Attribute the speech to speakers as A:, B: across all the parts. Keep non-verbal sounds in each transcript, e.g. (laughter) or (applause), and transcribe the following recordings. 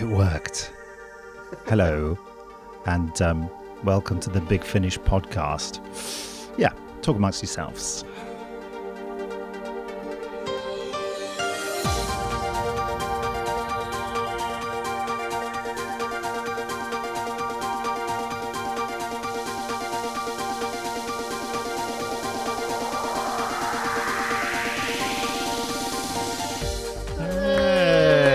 A: It worked. Hello, and um, welcome to the Big Finish podcast. Yeah, talk amongst yourselves.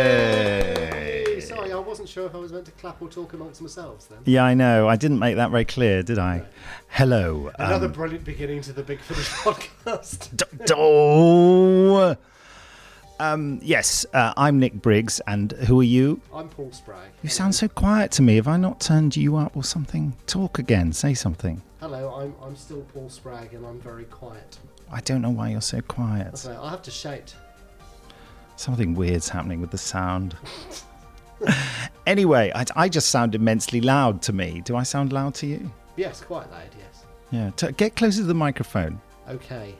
B: Hey, Sorry, I wasn't sure if I was meant to clap or talk amongst myself then.
A: Yeah, I know. I didn't make that very clear, did I? Hello. um,
B: Another brilliant beginning to the Big Finish (laughs) podcast.
A: D- d- oh. Um, yes, uh, I'm Nick Briggs, and who are you?
B: I'm Paul Sprague.
A: You sound so quiet to me. Have I not turned you up or something? Talk again. Say something.
B: Hello, I'm, I'm still Paul Sprague and I'm very quiet.
A: I don't know why you're so quiet.
B: So I have to shout.
A: Something weird's happening with the sound. (laughs) anyway, I, I just sound immensely loud to me. Do I sound loud to you?
B: Yes, quite loud, yes.
A: Yeah. T- get closer to the microphone.
B: Okay.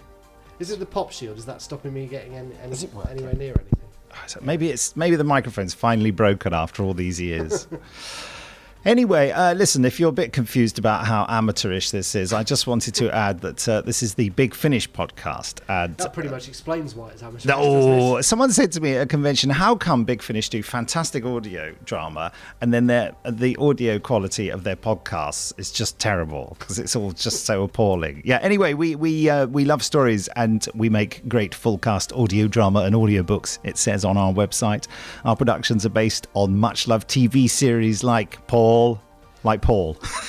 B: Is it the pop shield? Is that stopping me getting any, any, anywhere near anything?
A: So maybe it's maybe the microphone's finally broken after all these years. anyway, uh, listen, if you're a bit confused about how amateurish this is, I just wanted to add that uh, this is the Big Finish podcast. And
B: That pretty much explains why it's amateur.
A: Oh, someone said to me at a convention, "How come Big Finish do fantastic audio drama, and then their the audio quality of their podcasts is just terrible because it's all just so appalling?" Yeah. Anyway, we we uh, we love stories, and we make great full cast audio drama and audiobooks. It says on our website, our productions are based on much loved TV series like Paul, like Paul. (laughs)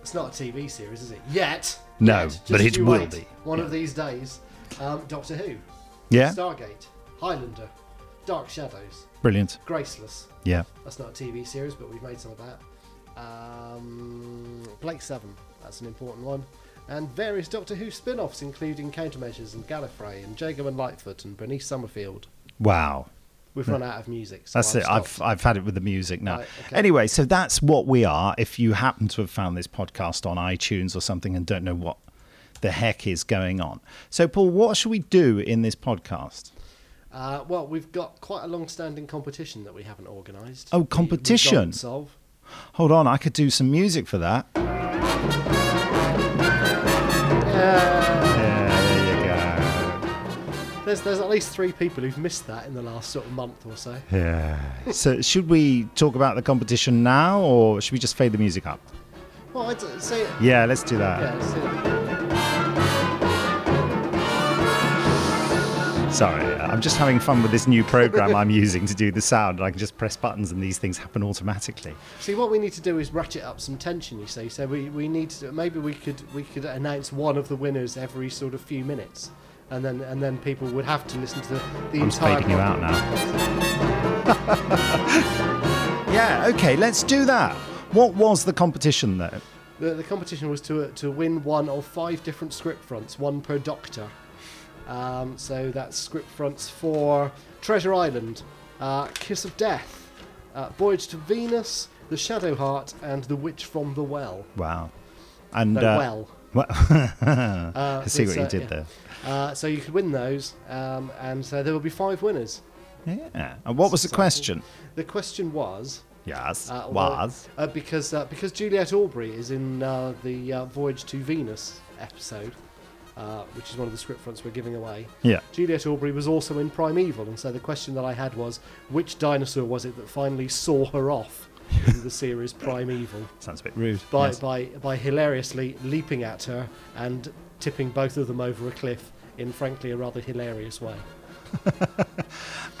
B: It's not a TV series, is it? Yet.
A: No,
B: Yet.
A: but
B: Just
A: it
B: you
A: will
B: wait.
A: be.
B: One of these days. Um, Doctor Who.
A: Yeah.
B: Stargate. Highlander. Dark Shadows.
A: Brilliant.
B: Graceless.
A: Yeah.
B: That's not a TV series, but we've made some of that. Um, Blake Seven, that's an important one. And various Doctor Who spin offs, including Countermeasures and Gallifrey and Jago and Lightfoot and Bernice Summerfield.
A: Wow.
B: We've run out of music. So
A: Hmm. That's
B: I've
A: it. I've,
B: stopped.
A: I've had it with the music now.
B: Right, okay.
A: Anyway, so that's what we are. If you happen to have found this podcast on iTunes or something and don't know what the heck is going on. So, Paul, what should we do in this podcast?
B: Uh, well, we've got quite a long standing competition that we haven't organised.
A: Oh,
B: that you- we've got to
A: competition.
B: Solve.
A: Hold on, I could do some music for that. There you go.
B: There's, there's at least three people who've missed that in the last sort of month or so.
A: Yeah. so, should we talk about the competition now or should we just fade the music up?
B: Well, I'd say.
A: Yeah, let's do that.
B: Yeah, let's do that.
A: Sorry, uh, I'm just having fun with this new program I'm using to do the sound. I can just press buttons and these things happen automatically.
B: See, what we need to do is ratchet up some tension. You see, so we, we need to maybe we could we could announce one of the winners every sort of few minutes, and then and then people would have to listen to the
A: I'm just
B: entire.
A: fading you out now. yeah, okay, let's do that. What was the competition though?
B: The, the competition was to to win one of five different script fronts, one per doctor. Um, so that's script fronts for Treasure Island, uh, Kiss of Death, uh, Voyage to Venus, The Shadow Heart, and The Witch from the Well.
A: Wow. And uh,
B: No, well.
A: (laughs) well. (laughs) I see
B: it's,
A: what you
B: uh,
A: did
B: yeah.
A: there.
B: Uh, so you could win those, um, and so there will be five winners.
A: Yeah. And what was the
B: So-
A: question?
B: The question was.
A: Yes.
B: Uh, although-
A: was.
B: uh, because uh, because Juliet Aubrey is in uh, the uh, Voyage to Venus episode, uh, which is one of the script fronts we're giving away.
A: Yeah.
B: Juliet Aubrey was also in Primeval, and so the question that I had was, which dinosaur was it that finally saw her off in the
A: (laughs)
B: series Primeval
A: Sounds a bit rude.
B: by
A: Yes.
B: by by hilariously leaping at her and tipping both of them over a cliff in frankly a rather hilarious way.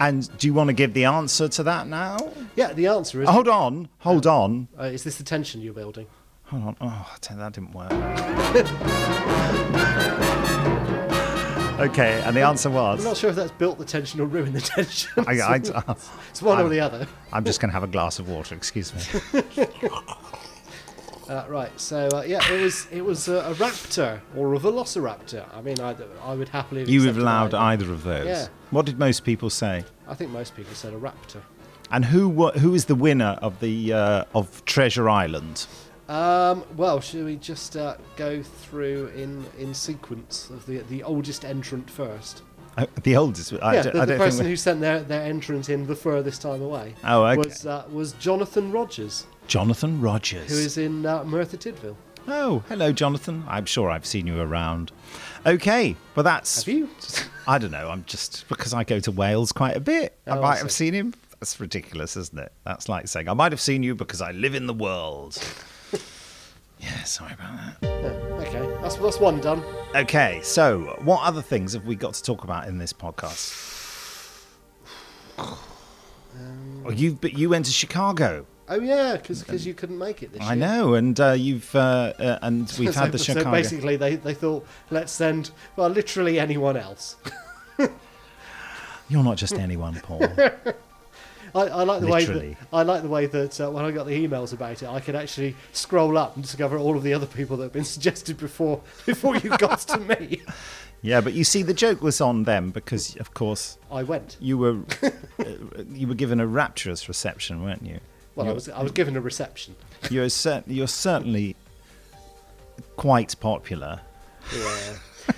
A: And do you want to give the answer to that now?
B: Yeah, the answer is.
A: Hold on. Hold on.
B: Uh, is this the tension you're building?
A: Hold on. Oh, t- that didn't
B: (laughs)
A: work. okay, and the answer
B: I'm
A: was.
B: not sure if that's built the tension or ruined the tension.
A: I, I,
B: (laughs)
A: (laughs)
B: It's one
A: I'm-
B: or the other.
A: I'm just going to have a glass of water. Excuse me.
B: Uh, right. So uh, yeah, it was it was a, a raptor or a velociraptor. I mean, I, I would happily. Have
A: You have
B: accepted
A: allowed uh,
B: either.
A: either of those.
B: Yeah.
A: What did most people say?
B: I think most people said a raptor.
A: And who wa- who is the winner of the uh, of Treasure Island?
B: Um, well, should we just uh, go through in in sequence of the the oldest entrant first?
A: Uh, the oldest. I,
B: yeah,
A: don't-
B: the,
A: I
B: the
A: don't
B: person
A: think. we-
B: who sent their, their entrance in the furthest time away
A: Oh, okay.
B: was uh, was Jonathan Rogers,
A: Jonathan Rogers.
B: who is in uh, Merthyr Tydfil.
A: Oh, hello, Jonathan. I'm sure I've seen you around. Okay, well that's.
B: Have you?
A: I don't know. I'm just because I go to Wales quite a bit. I
B: Oh, I
A: might
B: see.
A: have seen him. That's ridiculous, isn't it? That's like saying I might have seen you because I live in the
B: (laughs)
A: world. yeah, sorry about that.
B: Yeah, okay, that's that's one done.
A: Okay, so what other things have we got to talk about in this podcast?
B: (sighs)
A: Oh, you've but you went to Chicago.
B: Oh yeah, because you couldn't make it this
A: I
B: year.
A: know, and uh, you've uh, uh, and
B: (laughs)
A: we've had the
B: so, so
A: Chicago.
B: basically, they, they thought let's send well literally anyone else.
A: You're not just anyone,
B: (laughs)
A: Paul.
B: I, I like the way
A: Literally.
B: that, I like the way that uh, when I got the emails about it, I could actually scroll up and discover all of the other people that have been (laughs) suggested before before you got to
A: (laughs)
B: me.
A: yeah, but you see, the joke was on them because, of course,
B: I went.
A: you were
B: (laughs)
A: uh, you were given a rapturous reception, weren't you?
B: Well, I
A: You're-
B: was I was given a reception.
A: You're cer- you're certainly quite popular.
B: Yeah.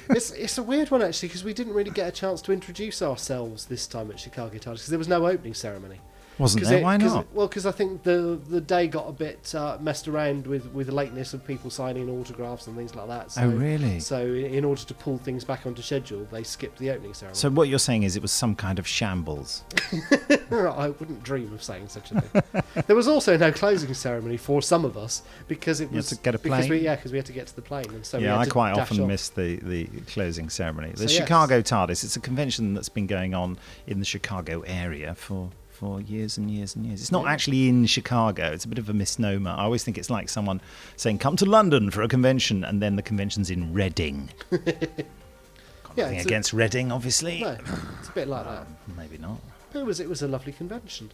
B: it's it's a weird one actually because we didn't really get a chance to introduce ourselves this time at Chicago Titles because there was no opening ceremony.
A: Wasn't
B: 'Cause
A: there?
B: it-
A: Why
B: 'cause
A: not?
B: it- well, because I think the the day got a bit uh, messed around with with the lateness of people signing autographs and things like that. So,
A: Oh, really?
B: So in, in order to pull things back onto schedule, they skipped the opening ceremony.
A: So what you're saying is it was some kind of shambles.
B: (laughs) I wouldn't dream of saying such a thing. (laughs) there was also no closing ceremony for some of us because it
A: You had
B: was
A: to get a
B: Because we,
A: plane?
B: yeah, because we had to get to the plane, and so we
A: yeah,
B: had
A: I
B: to
A: quite
B: dash
A: often
B: off.
A: miss the, the closing ceremony. The
B: So, yes.
A: Chicago TARDIS, it's a convention that's been going on in the Chicago area for, for years and years and years. It's not
B: Really?
A: actually in Chicago, it's a bit of a misnomer. I always think it's like someone saying, come to London for a convention, and then the convention's in
B: (laughs)
A: Reading. Got
B: Yeah,
A: nothing
B: it's a-
A: against Reading, obviously.
B: No, it's a bit like that.
A: Maybe not.
B: It was it was a lovely convention.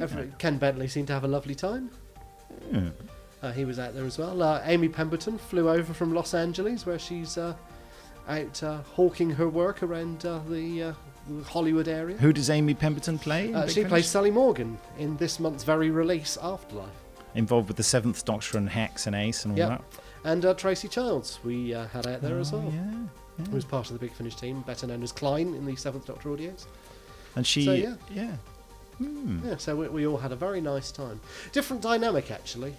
B: Every- Ken Bentley seemed to have a lovely time. Uh, he was out there as well. Uh, Amy Pemberton flew over from Los Angeles, where she's uh, out uh, hawking her work around uh, the uh, the Hollywood area.
A: Who does Amy Pemberton play? in
B: Uh,
A: Big
B: she
A: Finish?
B: plays Sally Morgan in this month's very release, Afterlife.
A: Involved with the Seventh Doctor and Hex and Ace and all
B: Yeah,
A: that.
B: and uh, Tracy Childs we uh, had out there as
A: Oh,
B: well.
A: yeah.
B: Who was part of the Big Finish team, better known as Klein in the Seventh Doctor audios.
A: And she,
B: So, yeah.
A: yeah. Hmm.
B: Yeah, so we, we all had a very nice time. Different dynamic actually,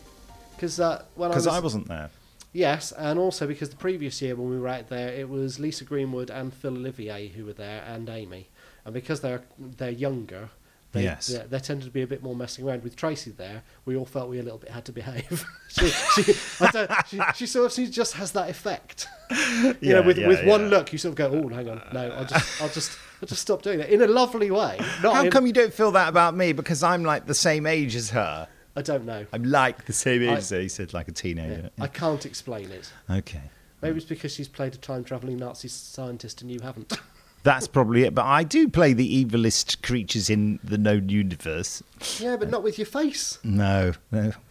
B: because uh, when I
A: Because
B: was
A: I wasn't there.
B: Yes, and also because the previous year when we were out there, it was Lisa Greenwood and Phil Olivier who were there, and Amy. And because they're they're younger, they,
A: Yes.
B: they, they tended to be a bit more messing around. With Tracy there, we all felt we a little bit had to behave. (laughs) she, she, I don't, she, she sort of she just has that effect. you know,
A: Yeah,
B: with,
A: yeah,
B: with
A: yeah.
B: one look, you sort of go, "Oh, hang on, no, I'll just I'll just I'll just stop doing that." In a lovely way. Not
A: How
B: in-
A: come you don't feel that about me? Because I'm like the same age as her.
B: I don't know.
A: I'm like the same age
B: I-
A: as her. He said like a teenager.
B: I can't explain it.
A: Okay.
B: Maybe it's because she's played a time traveling Nazi scientist and you haven't.
A: That's probably it. But I do play the evilest creatures in the known universe.
B: Yeah, but not with your face.
A: No, no. (laughs)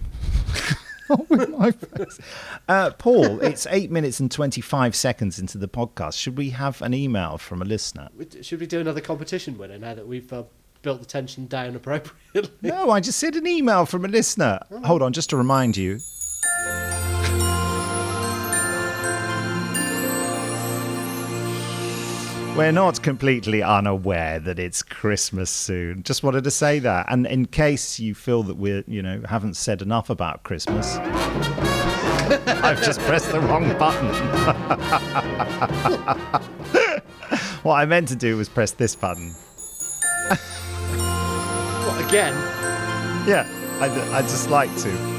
A: Not with my face. Uh, Paul, it's eight minutes and 25 seconds into the podcast. Should we have an email from a listener?
B: We- Should we do another competition winner now that we've uh, built the tension down appropriately? (laughs)
A: (laughs) No, I just said an email from a listener. Hold on, just to remind you. We're not completely unaware that it's Christmas soon. Just wanted to say that. And in case you feel that we're, you know, haven't said enough about Christmas, I've just pressed the wrong button. (laughs) what I meant to do was press this button.
B: Well, again,
A: Yeah, I, I just like to.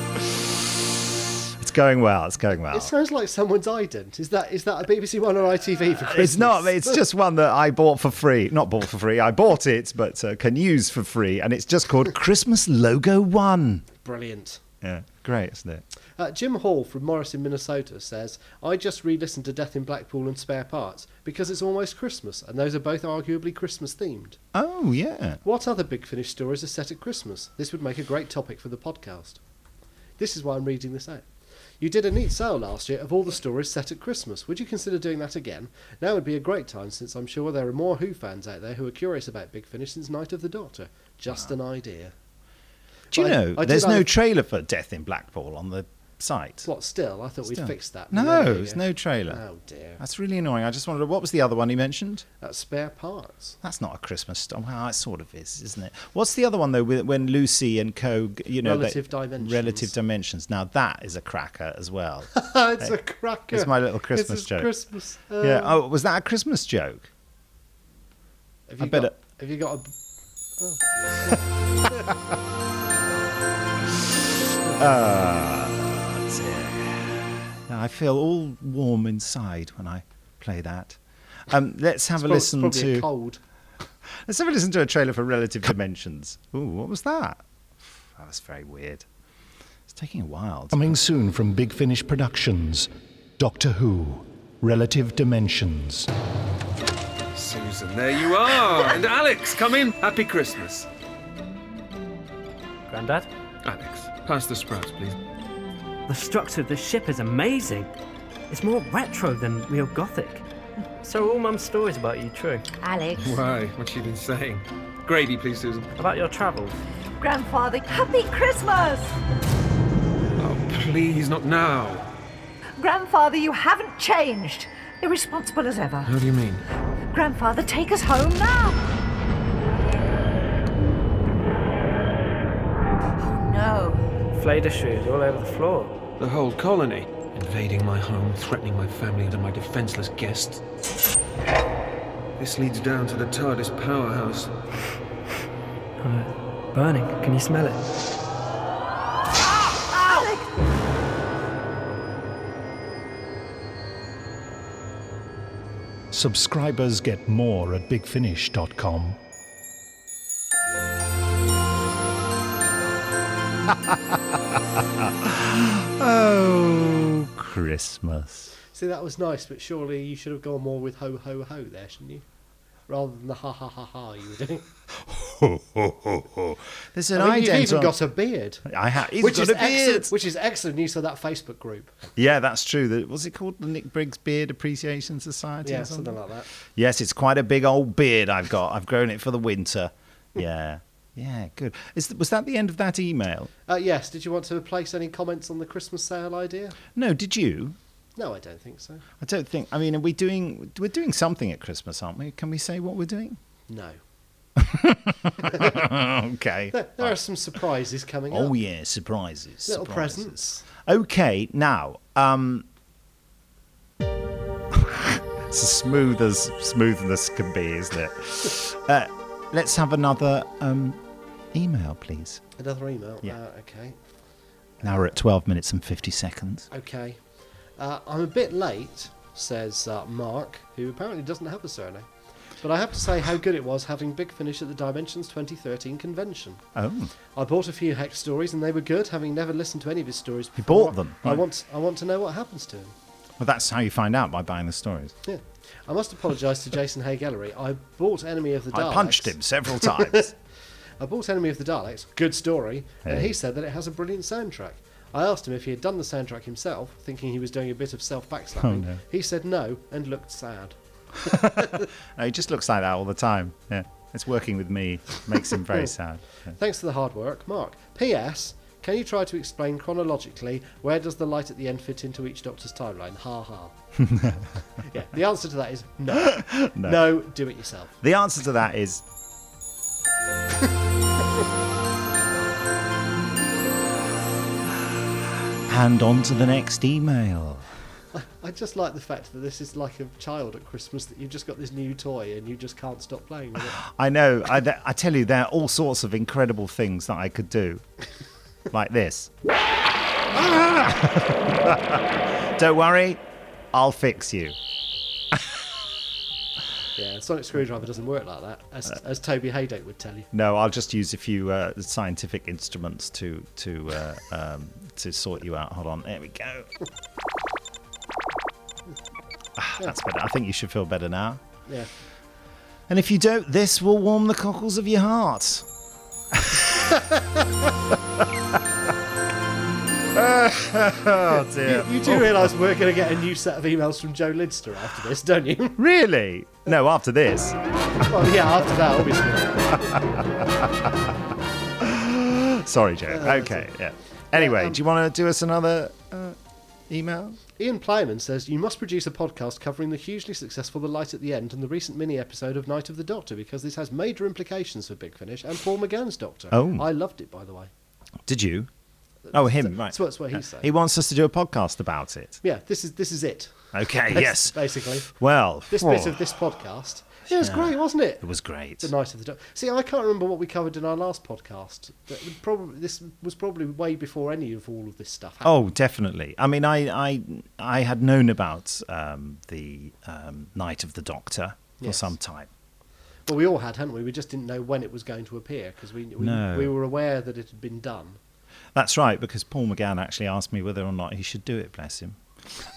A: It's going well. It's going well.
B: it sounds like someone's ident. Is that is that a BBC One or ITV for Christmas?
A: Uh, It's not.
B: (laughs)
A: It's just one that I bought for free. Not bought for free. I bought it, but uh, can use for free, and it's just called Christmas Logo One.
B: brilliant.
A: Yeah, great, isn't it?
B: Uh, Jim Hall from Morris in Minnesota says, "I just re-listened to Death in Blackpool and Spare Parts because it's almost Christmas, and those are both arguably Christmas themed.
A: Oh yeah.
B: What other Big Finish stories are set at Christmas? This would make a great topic for the podcast. This is why I'm reading this out. You did a neat sale last year of all the stories set at Christmas. Would you consider doing that again? Now would be a great time since I'm sure there are more Who fans out there who are curious about Big Finish since Night of the Doctor. Just an idea.
A: Do you
B: I-
A: know?
B: I did
A: there's no
B: have-
A: trailer for Death in Blackpool on the site.
B: What, still? I thought
A: Still.
B: we'd fixed that.
A: No,
B: There you
A: there's
B: go.
A: no trailer.
B: Oh dear.
A: That's really annoying. I just wondered what was the other one he mentioned.
B: That's spare parts. (laughs)
A: That's not a Christmas story. Well, it sort of is, isn't it? What's the other one though? with- When Lucy and Co, g- you know, they-
B: Relative dimensions. Uh.
A: Relative dimensions. Now that is a cracker as
B: (laughs)
A: well.
B: it's a cracker.
A: It's my little Christmas
B: his
A: joke.
B: Christmas. Uh,
A: yeah. Oh, was that a Christmas joke?
B: have
A: I
B: you
A: bet
B: got,
A: it-
B: Have you got a? Ah,
A: That's it. Oh, Now I feel all warm inside when I play that. Um, let's have a
B: Well, it's
A: listen
B: probably
A: to.
B: a cold.
A: Let's have a listen to a trailer for Relative Dimensions. Ooh, what was that? That was very weird. It's taking a while. to-
C: Coming soon from Big Finish Productions Doctor Who Relative Dimensions.
D: Susan, there you are. and Alex, come in. Happy Christmas.
E: Grandad,
D: Alex, pass the sprouts, please.
E: the structure of the ship is amazing. It's more retro than real gothic. So all Mum's stories about you true?
F: Alex,
D: Why? What's she been saying? Gravy, please, Susan.
E: About your travels?
F: grandfather, happy Christmas!
D: Oh, please, not now.
F: Grandfather, you haven't changed. Irresponsible as ever.
D: How do you mean?
F: Grandfather, take us home now. Oh no.
E: Flayed shoes all over the floor.
D: The whole colony. Invading my home, threatening my family and my defenseless guests. This leads down to the TARDIS powerhouse.
E: Uh, burning. Can you smell it?
F: Alex!
C: Subscribers get more at bigfinish.com.
A: Oh, Christmas.
B: See, that was nice, but surely you should have gone more with ho ho ho there, shouldn't you? Rather than the ha ha ha ha you
A: (laughs)
B: were doing.
A: Ho, ho, ho, ho. There's an
B: I mean, you've
A: ident
B: even
A: on-
B: got a beard.
A: I ha- he's
B: which
A: got
B: is
A: a beard.
B: excellent. Which is excellent news for that Facebook group.
A: Yeah, that's true. The, was it called the Nick Briggs Beard Appreciation Society?
B: Yeah,
A: or
B: something,
A: something?
B: like that.
A: Yes, it's quite a big old beard I've got. I've grown it for the winter. Yeah, (laughs) yeah, good. Is, was that the end of that email?
B: Uh, yes. Did you want to place any comments on the Christmas sale idea?
A: No, did you?
B: No, I don't think so.
A: I don't think. I mean, are we doing? We're doing something at Christmas, aren't we? Can we say what we're doing?
B: No.
A: okay.
B: There, there are some surprises coming up.
A: Oh yeah, surprises.
B: Little
A: surprises.
B: presents.
A: Okay, now, um, (laughs) it's as smooth as smooth as can be, isn't it? (laughs) Uh, let's have another um, email, please.
B: Another email.
A: Yeah.
B: Uh, okay.
A: Now we're at twelve minutes and fifty seconds.
B: Okay. Uh, I'm a bit late, says uh, Mark, who apparently doesn't have a surname. But I have to say how good it was having Big Finish at the Dimensions 2013 convention.
A: Oh,
B: I bought a few Hex stories and they were good, having never listened to any of his stories before.
A: bought them?
B: I
A: Right.
B: want, I want to know what happens to him.
A: well, that's how you find out by buying the stories.
B: Yeah. I must apologise to Jason Hay Gallery. I bought Enemy of the Daleks.
A: I punched him several times.
B: I bought Enemy of the Daleks, good story, and
A: Hey.
B: he said that it has a brilliant soundtrack. I asked him if he had done the soundtrack himself, thinking he was doing a bit of self backslapping.
A: Oh, no.
B: He said no and looked sad.
A: no, he just looks like that all the time. Yeah, it's working with (laughs) me. Makes him very sad. Yeah.
B: Thanks for the hard work, Mark. P.S. Can you try to explain chronologically where does the light at the end fit into each Doctor's timeline?
A: (laughs)
B: Ha ha. yeah, the answer to that is no. no. do it yourself.
A: The answer to that is. and on to the next email.
B: I just like the fact that this is like a child at Christmas that you've just got this new toy and you just can't stop playing with it.
A: I know, I, th- I tell you, there are all sorts of incredible things that I could do. like (laughs) this. Ah! Don't worry, I'll fix you.
B: Yeah, sonic screwdriver doesn't work like that, as, as Toby Haydock would tell you.
A: No, I'll just use a few uh, scientific instruments to to uh, um, to sort you out. Hold on, there we go. Ah, That's better. I think you should feel better now.
B: Yeah.
A: And if you don't, this will warm the cockles of your heart. oh dear.
B: You do realise we're going to get a new set of emails from Joe Lidster after this, don't you?
A: Really? No, after this.
B: (laughs) well, yeah, after that, obviously.
A: Sorry, Joe. Okay, yeah. Anyway, do you want to do us another? Uh, email?
B: Ian Plyman says, You must produce a podcast covering the hugely successful The Light at the End and the recent mini episode of Night of the Doctor because this has major implications for Big Finish and Paul McGann's Doctor.
A: Oh.
B: I loved it, by the way.
A: Did you? Oh, him, right.
B: That's what, that's what he said.
A: He wants us to do a podcast about it.
B: yeah, this is this is it.
A: Okay,
B: Bas-
A: yes.
B: Basically,
A: Well,
B: this
A: oh,
B: bit of this podcast. Yeah, it was great, wasn't it?
A: It was great.
B: The Night of the Doctor. See, I can't remember what we covered in our last podcast. That would probably this was probably way before any of all of this stuff happened.
A: Oh, definitely. I mean, I I, I had known about um, the um, Night of the Doctor for
B: Yes.
A: some time. Oh.
B: Well, we all had, hadn't we? We just didn't know when it was going to appear because we we,
A: No.
B: we were aware that it had been done.
A: That's right, because Paul McGann actually asked me whether or not he should do it. Bless
B: (laughs)
A: him.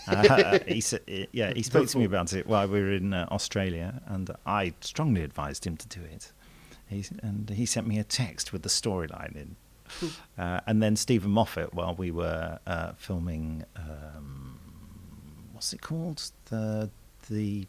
A: Uh, he said, yeah, he spoke to me about it while we were in uh, Australia, and I strongly advised him to do it. He, and he sent me a text with the storyline in.
B: Hmm.
A: Uh, and then Stephen Moffat, while we were uh, filming, um, what's it called? The the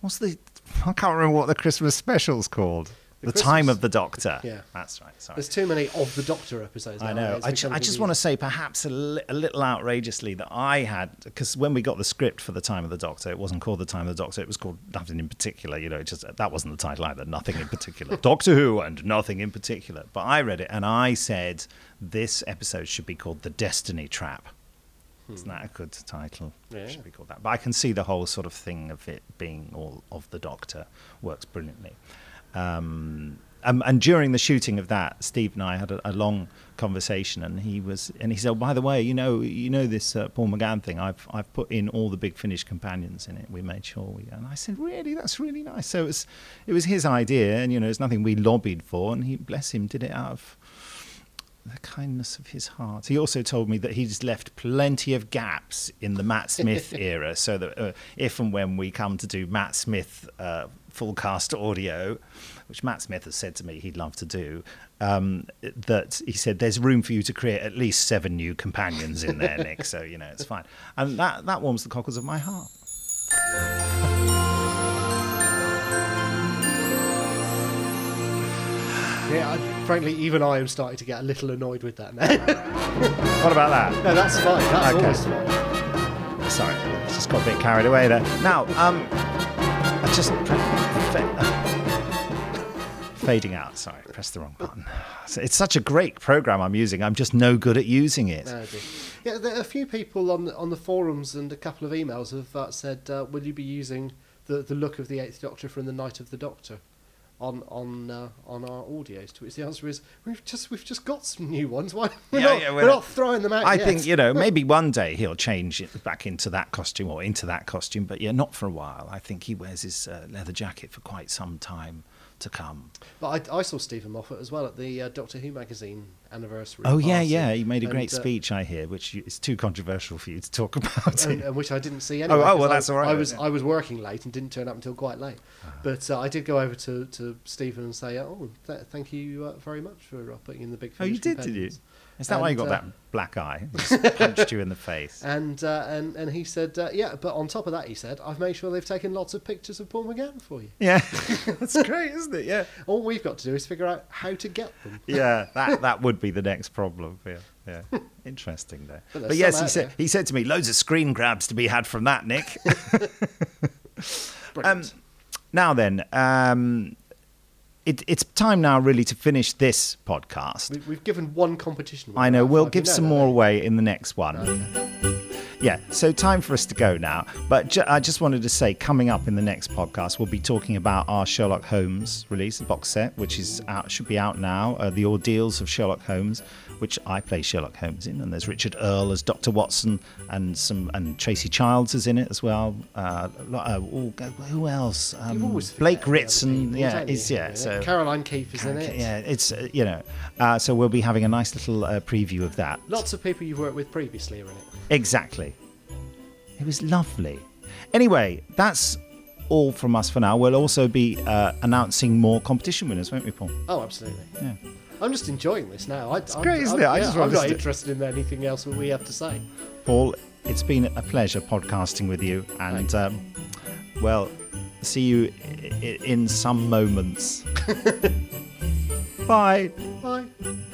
A: what's the I can't remember what the Christmas special's called. The,
B: The
A: time
B: Christmas-
A: of the Doctor.
B: Yeah.
A: that's right. Sorry.
B: There's too many of the Doctor episodes.
A: I
B: now,
A: know.
B: it's
A: I, ju-
B: become
A: I just want to
B: confusing.
A: say, perhaps a, li- a little outrageously, that I had because when we got the script for the Time of the Doctor, it wasn't called the Time of the Doctor. It was called nothing in particular. You know, it just that wasn't the title either. Nothing in particular. Doctor Who and nothing in particular. But I read it and I said this episode should be called the Destiny Trap. Isn't that a good title? It
B: Yeah.
A: Should be called that. But I can see the whole sort of thing of it being all of the Doctor works brilliantly. Um, um, and during the shooting of that, Steve and I had a, a long conversation, and he was, and he said, oh, "By the way, you know, you know this uh, Paul McGann thing. I've I've put in all the Big Finish companions in it. We made sure we." And I said, "Really? That's really nice." So it was, it was his idea, and you know, it's nothing we lobbied for, and he, bless him, did it out of the kindness of his heart. He also told me that he's left plenty of gaps in the Matt Smith era, so that uh, if and when we come to do Matt Smith uh, full cast audio, which Matt Smith has said to me he'd love to do, um, that he said there's room for you to create at least seven new companions in there, Nick. So you know it's fine, and that that warms the cockles of my heart.
B: Yeah, I, frankly, even I am starting to get a little annoyed with that now. (laughs) no,
A: What about that?
B: that's fine. That's
A: Okay.
B: always fine.
A: Sorry, I just got a bit carried away there. Now, um, I just uh, fading out. Sorry, pressed the wrong button. So It's such a great program I'm using. I'm just no good at using it.
B: No, dear. yeah, there are a few people on the, on the forums and a couple of emails have uh, said, uh, "Will you be using the, the look of the Eighth Doctor from the Night of the Doctor?" On on uh, on our audios, to which the answer is we've just we've just got some new ones. (laughs) Why we're,
A: Yeah,
B: not,
A: yeah,
B: we're,
A: we're
B: not,
A: not-
B: throwing them out?
A: I
B: yet.
A: think you
B: (laughs)
A: know maybe one day he'll change it back into that costume or into that costume, but yeah, not for a while. I think he wears his uh, leather jacket for quite some time to come.
B: But I, I saw Stephen Moffat as well at the uh, Doctor Who magazine anniversary.
A: Oh yeah,
B: party,
A: yeah. He made a
B: and,
A: great
B: uh,
A: speech, I hear, which you- is too controversial for you to talk (laughs) about.
B: (laughs) and, and which I didn't see
A: oh,
B: anyway. 'cause
A: well,
B: I-
A: that's all right
B: I
A: then,
B: was
A: yeah. Ah.
B: I was working late and didn't turn up until quite late. But uh, I did go over to, to Stephen and say, oh, th- thank you uh, very much for uh, putting in the big.
A: Oh, you
B: Finish
A: did, did you?
B: companions."
A: Is that why you got
B: And, uh,
A: that black eye? It Just punched you in the
B: (laughs)
A: face.
B: And uh, and and he said, uh, yeah. But on top of that, he said, I've made sure they've taken lots of pictures of Paul McGann for you. (laughs)
A: Yeah, that's great, isn't it? Yeah,
B: All we've got to do is figure out how to get them.
A: (laughs) yeah. That that would be the next problem. Yeah, yeah.
B: (laughs)
A: Interesting though.
B: But
A: But,
B: there's
A: yes, he
B: some out
A: said
B: there.
A: he said to me, loads of screen grabs to be had from that,
B: (laughs)
A: Nick. um,
B: Brilliant.
A: (laughs) now then, um, it, it's time now really to finish this podcast.
B: we, we've given one competition.
A: I know.
B: We've got
A: We'll
B: five.
A: give
B: You know
A: some
B: that,
A: more
B: don't you?
A: away in the next one. Yeah, so time for us to go now. But ju- I just wanted to say, coming up in the next podcast, we'll be talking about our Sherlock Holmes release, the box set, which is out, should be out now. Uh, the Ordeals of Sherlock Holmes, which I play Sherlock Holmes in, and there's Richard Earle as Doctor Watson, and some and Tracy Childs is in it as well. Uh, lo- uh, all- who else? Um,
B: always forget
A: Blake
B: the other
A: Ritson.
B: people,
A: yeah,
B: don't you?
A: is yeah.
B: Yeah,
A: So
B: Caroline Keefe is in it.
A: yeah, it's uh, you know. Uh, so we'll be having a nice little uh, preview of that.
B: Lots of people you've worked with previously are in it.
A: Exactly. It was lovely. Anyway, that's all from us for now. We'll also be uh, announcing more competition winners, won't we, Paul?
B: Oh, absolutely.
A: Yeah.
B: I'm just enjoying this now. I, it's I'm,
A: great, isn't it?
B: I'm,
A: I
B: yeah,
A: just
B: I'm
A: wanna
B: not
A: sit-
B: interested in anything else that we have to say.
A: Paul, it's been a pleasure podcasting with you, and um, well, see you I- i- in some moments. Bye.
B: Bye.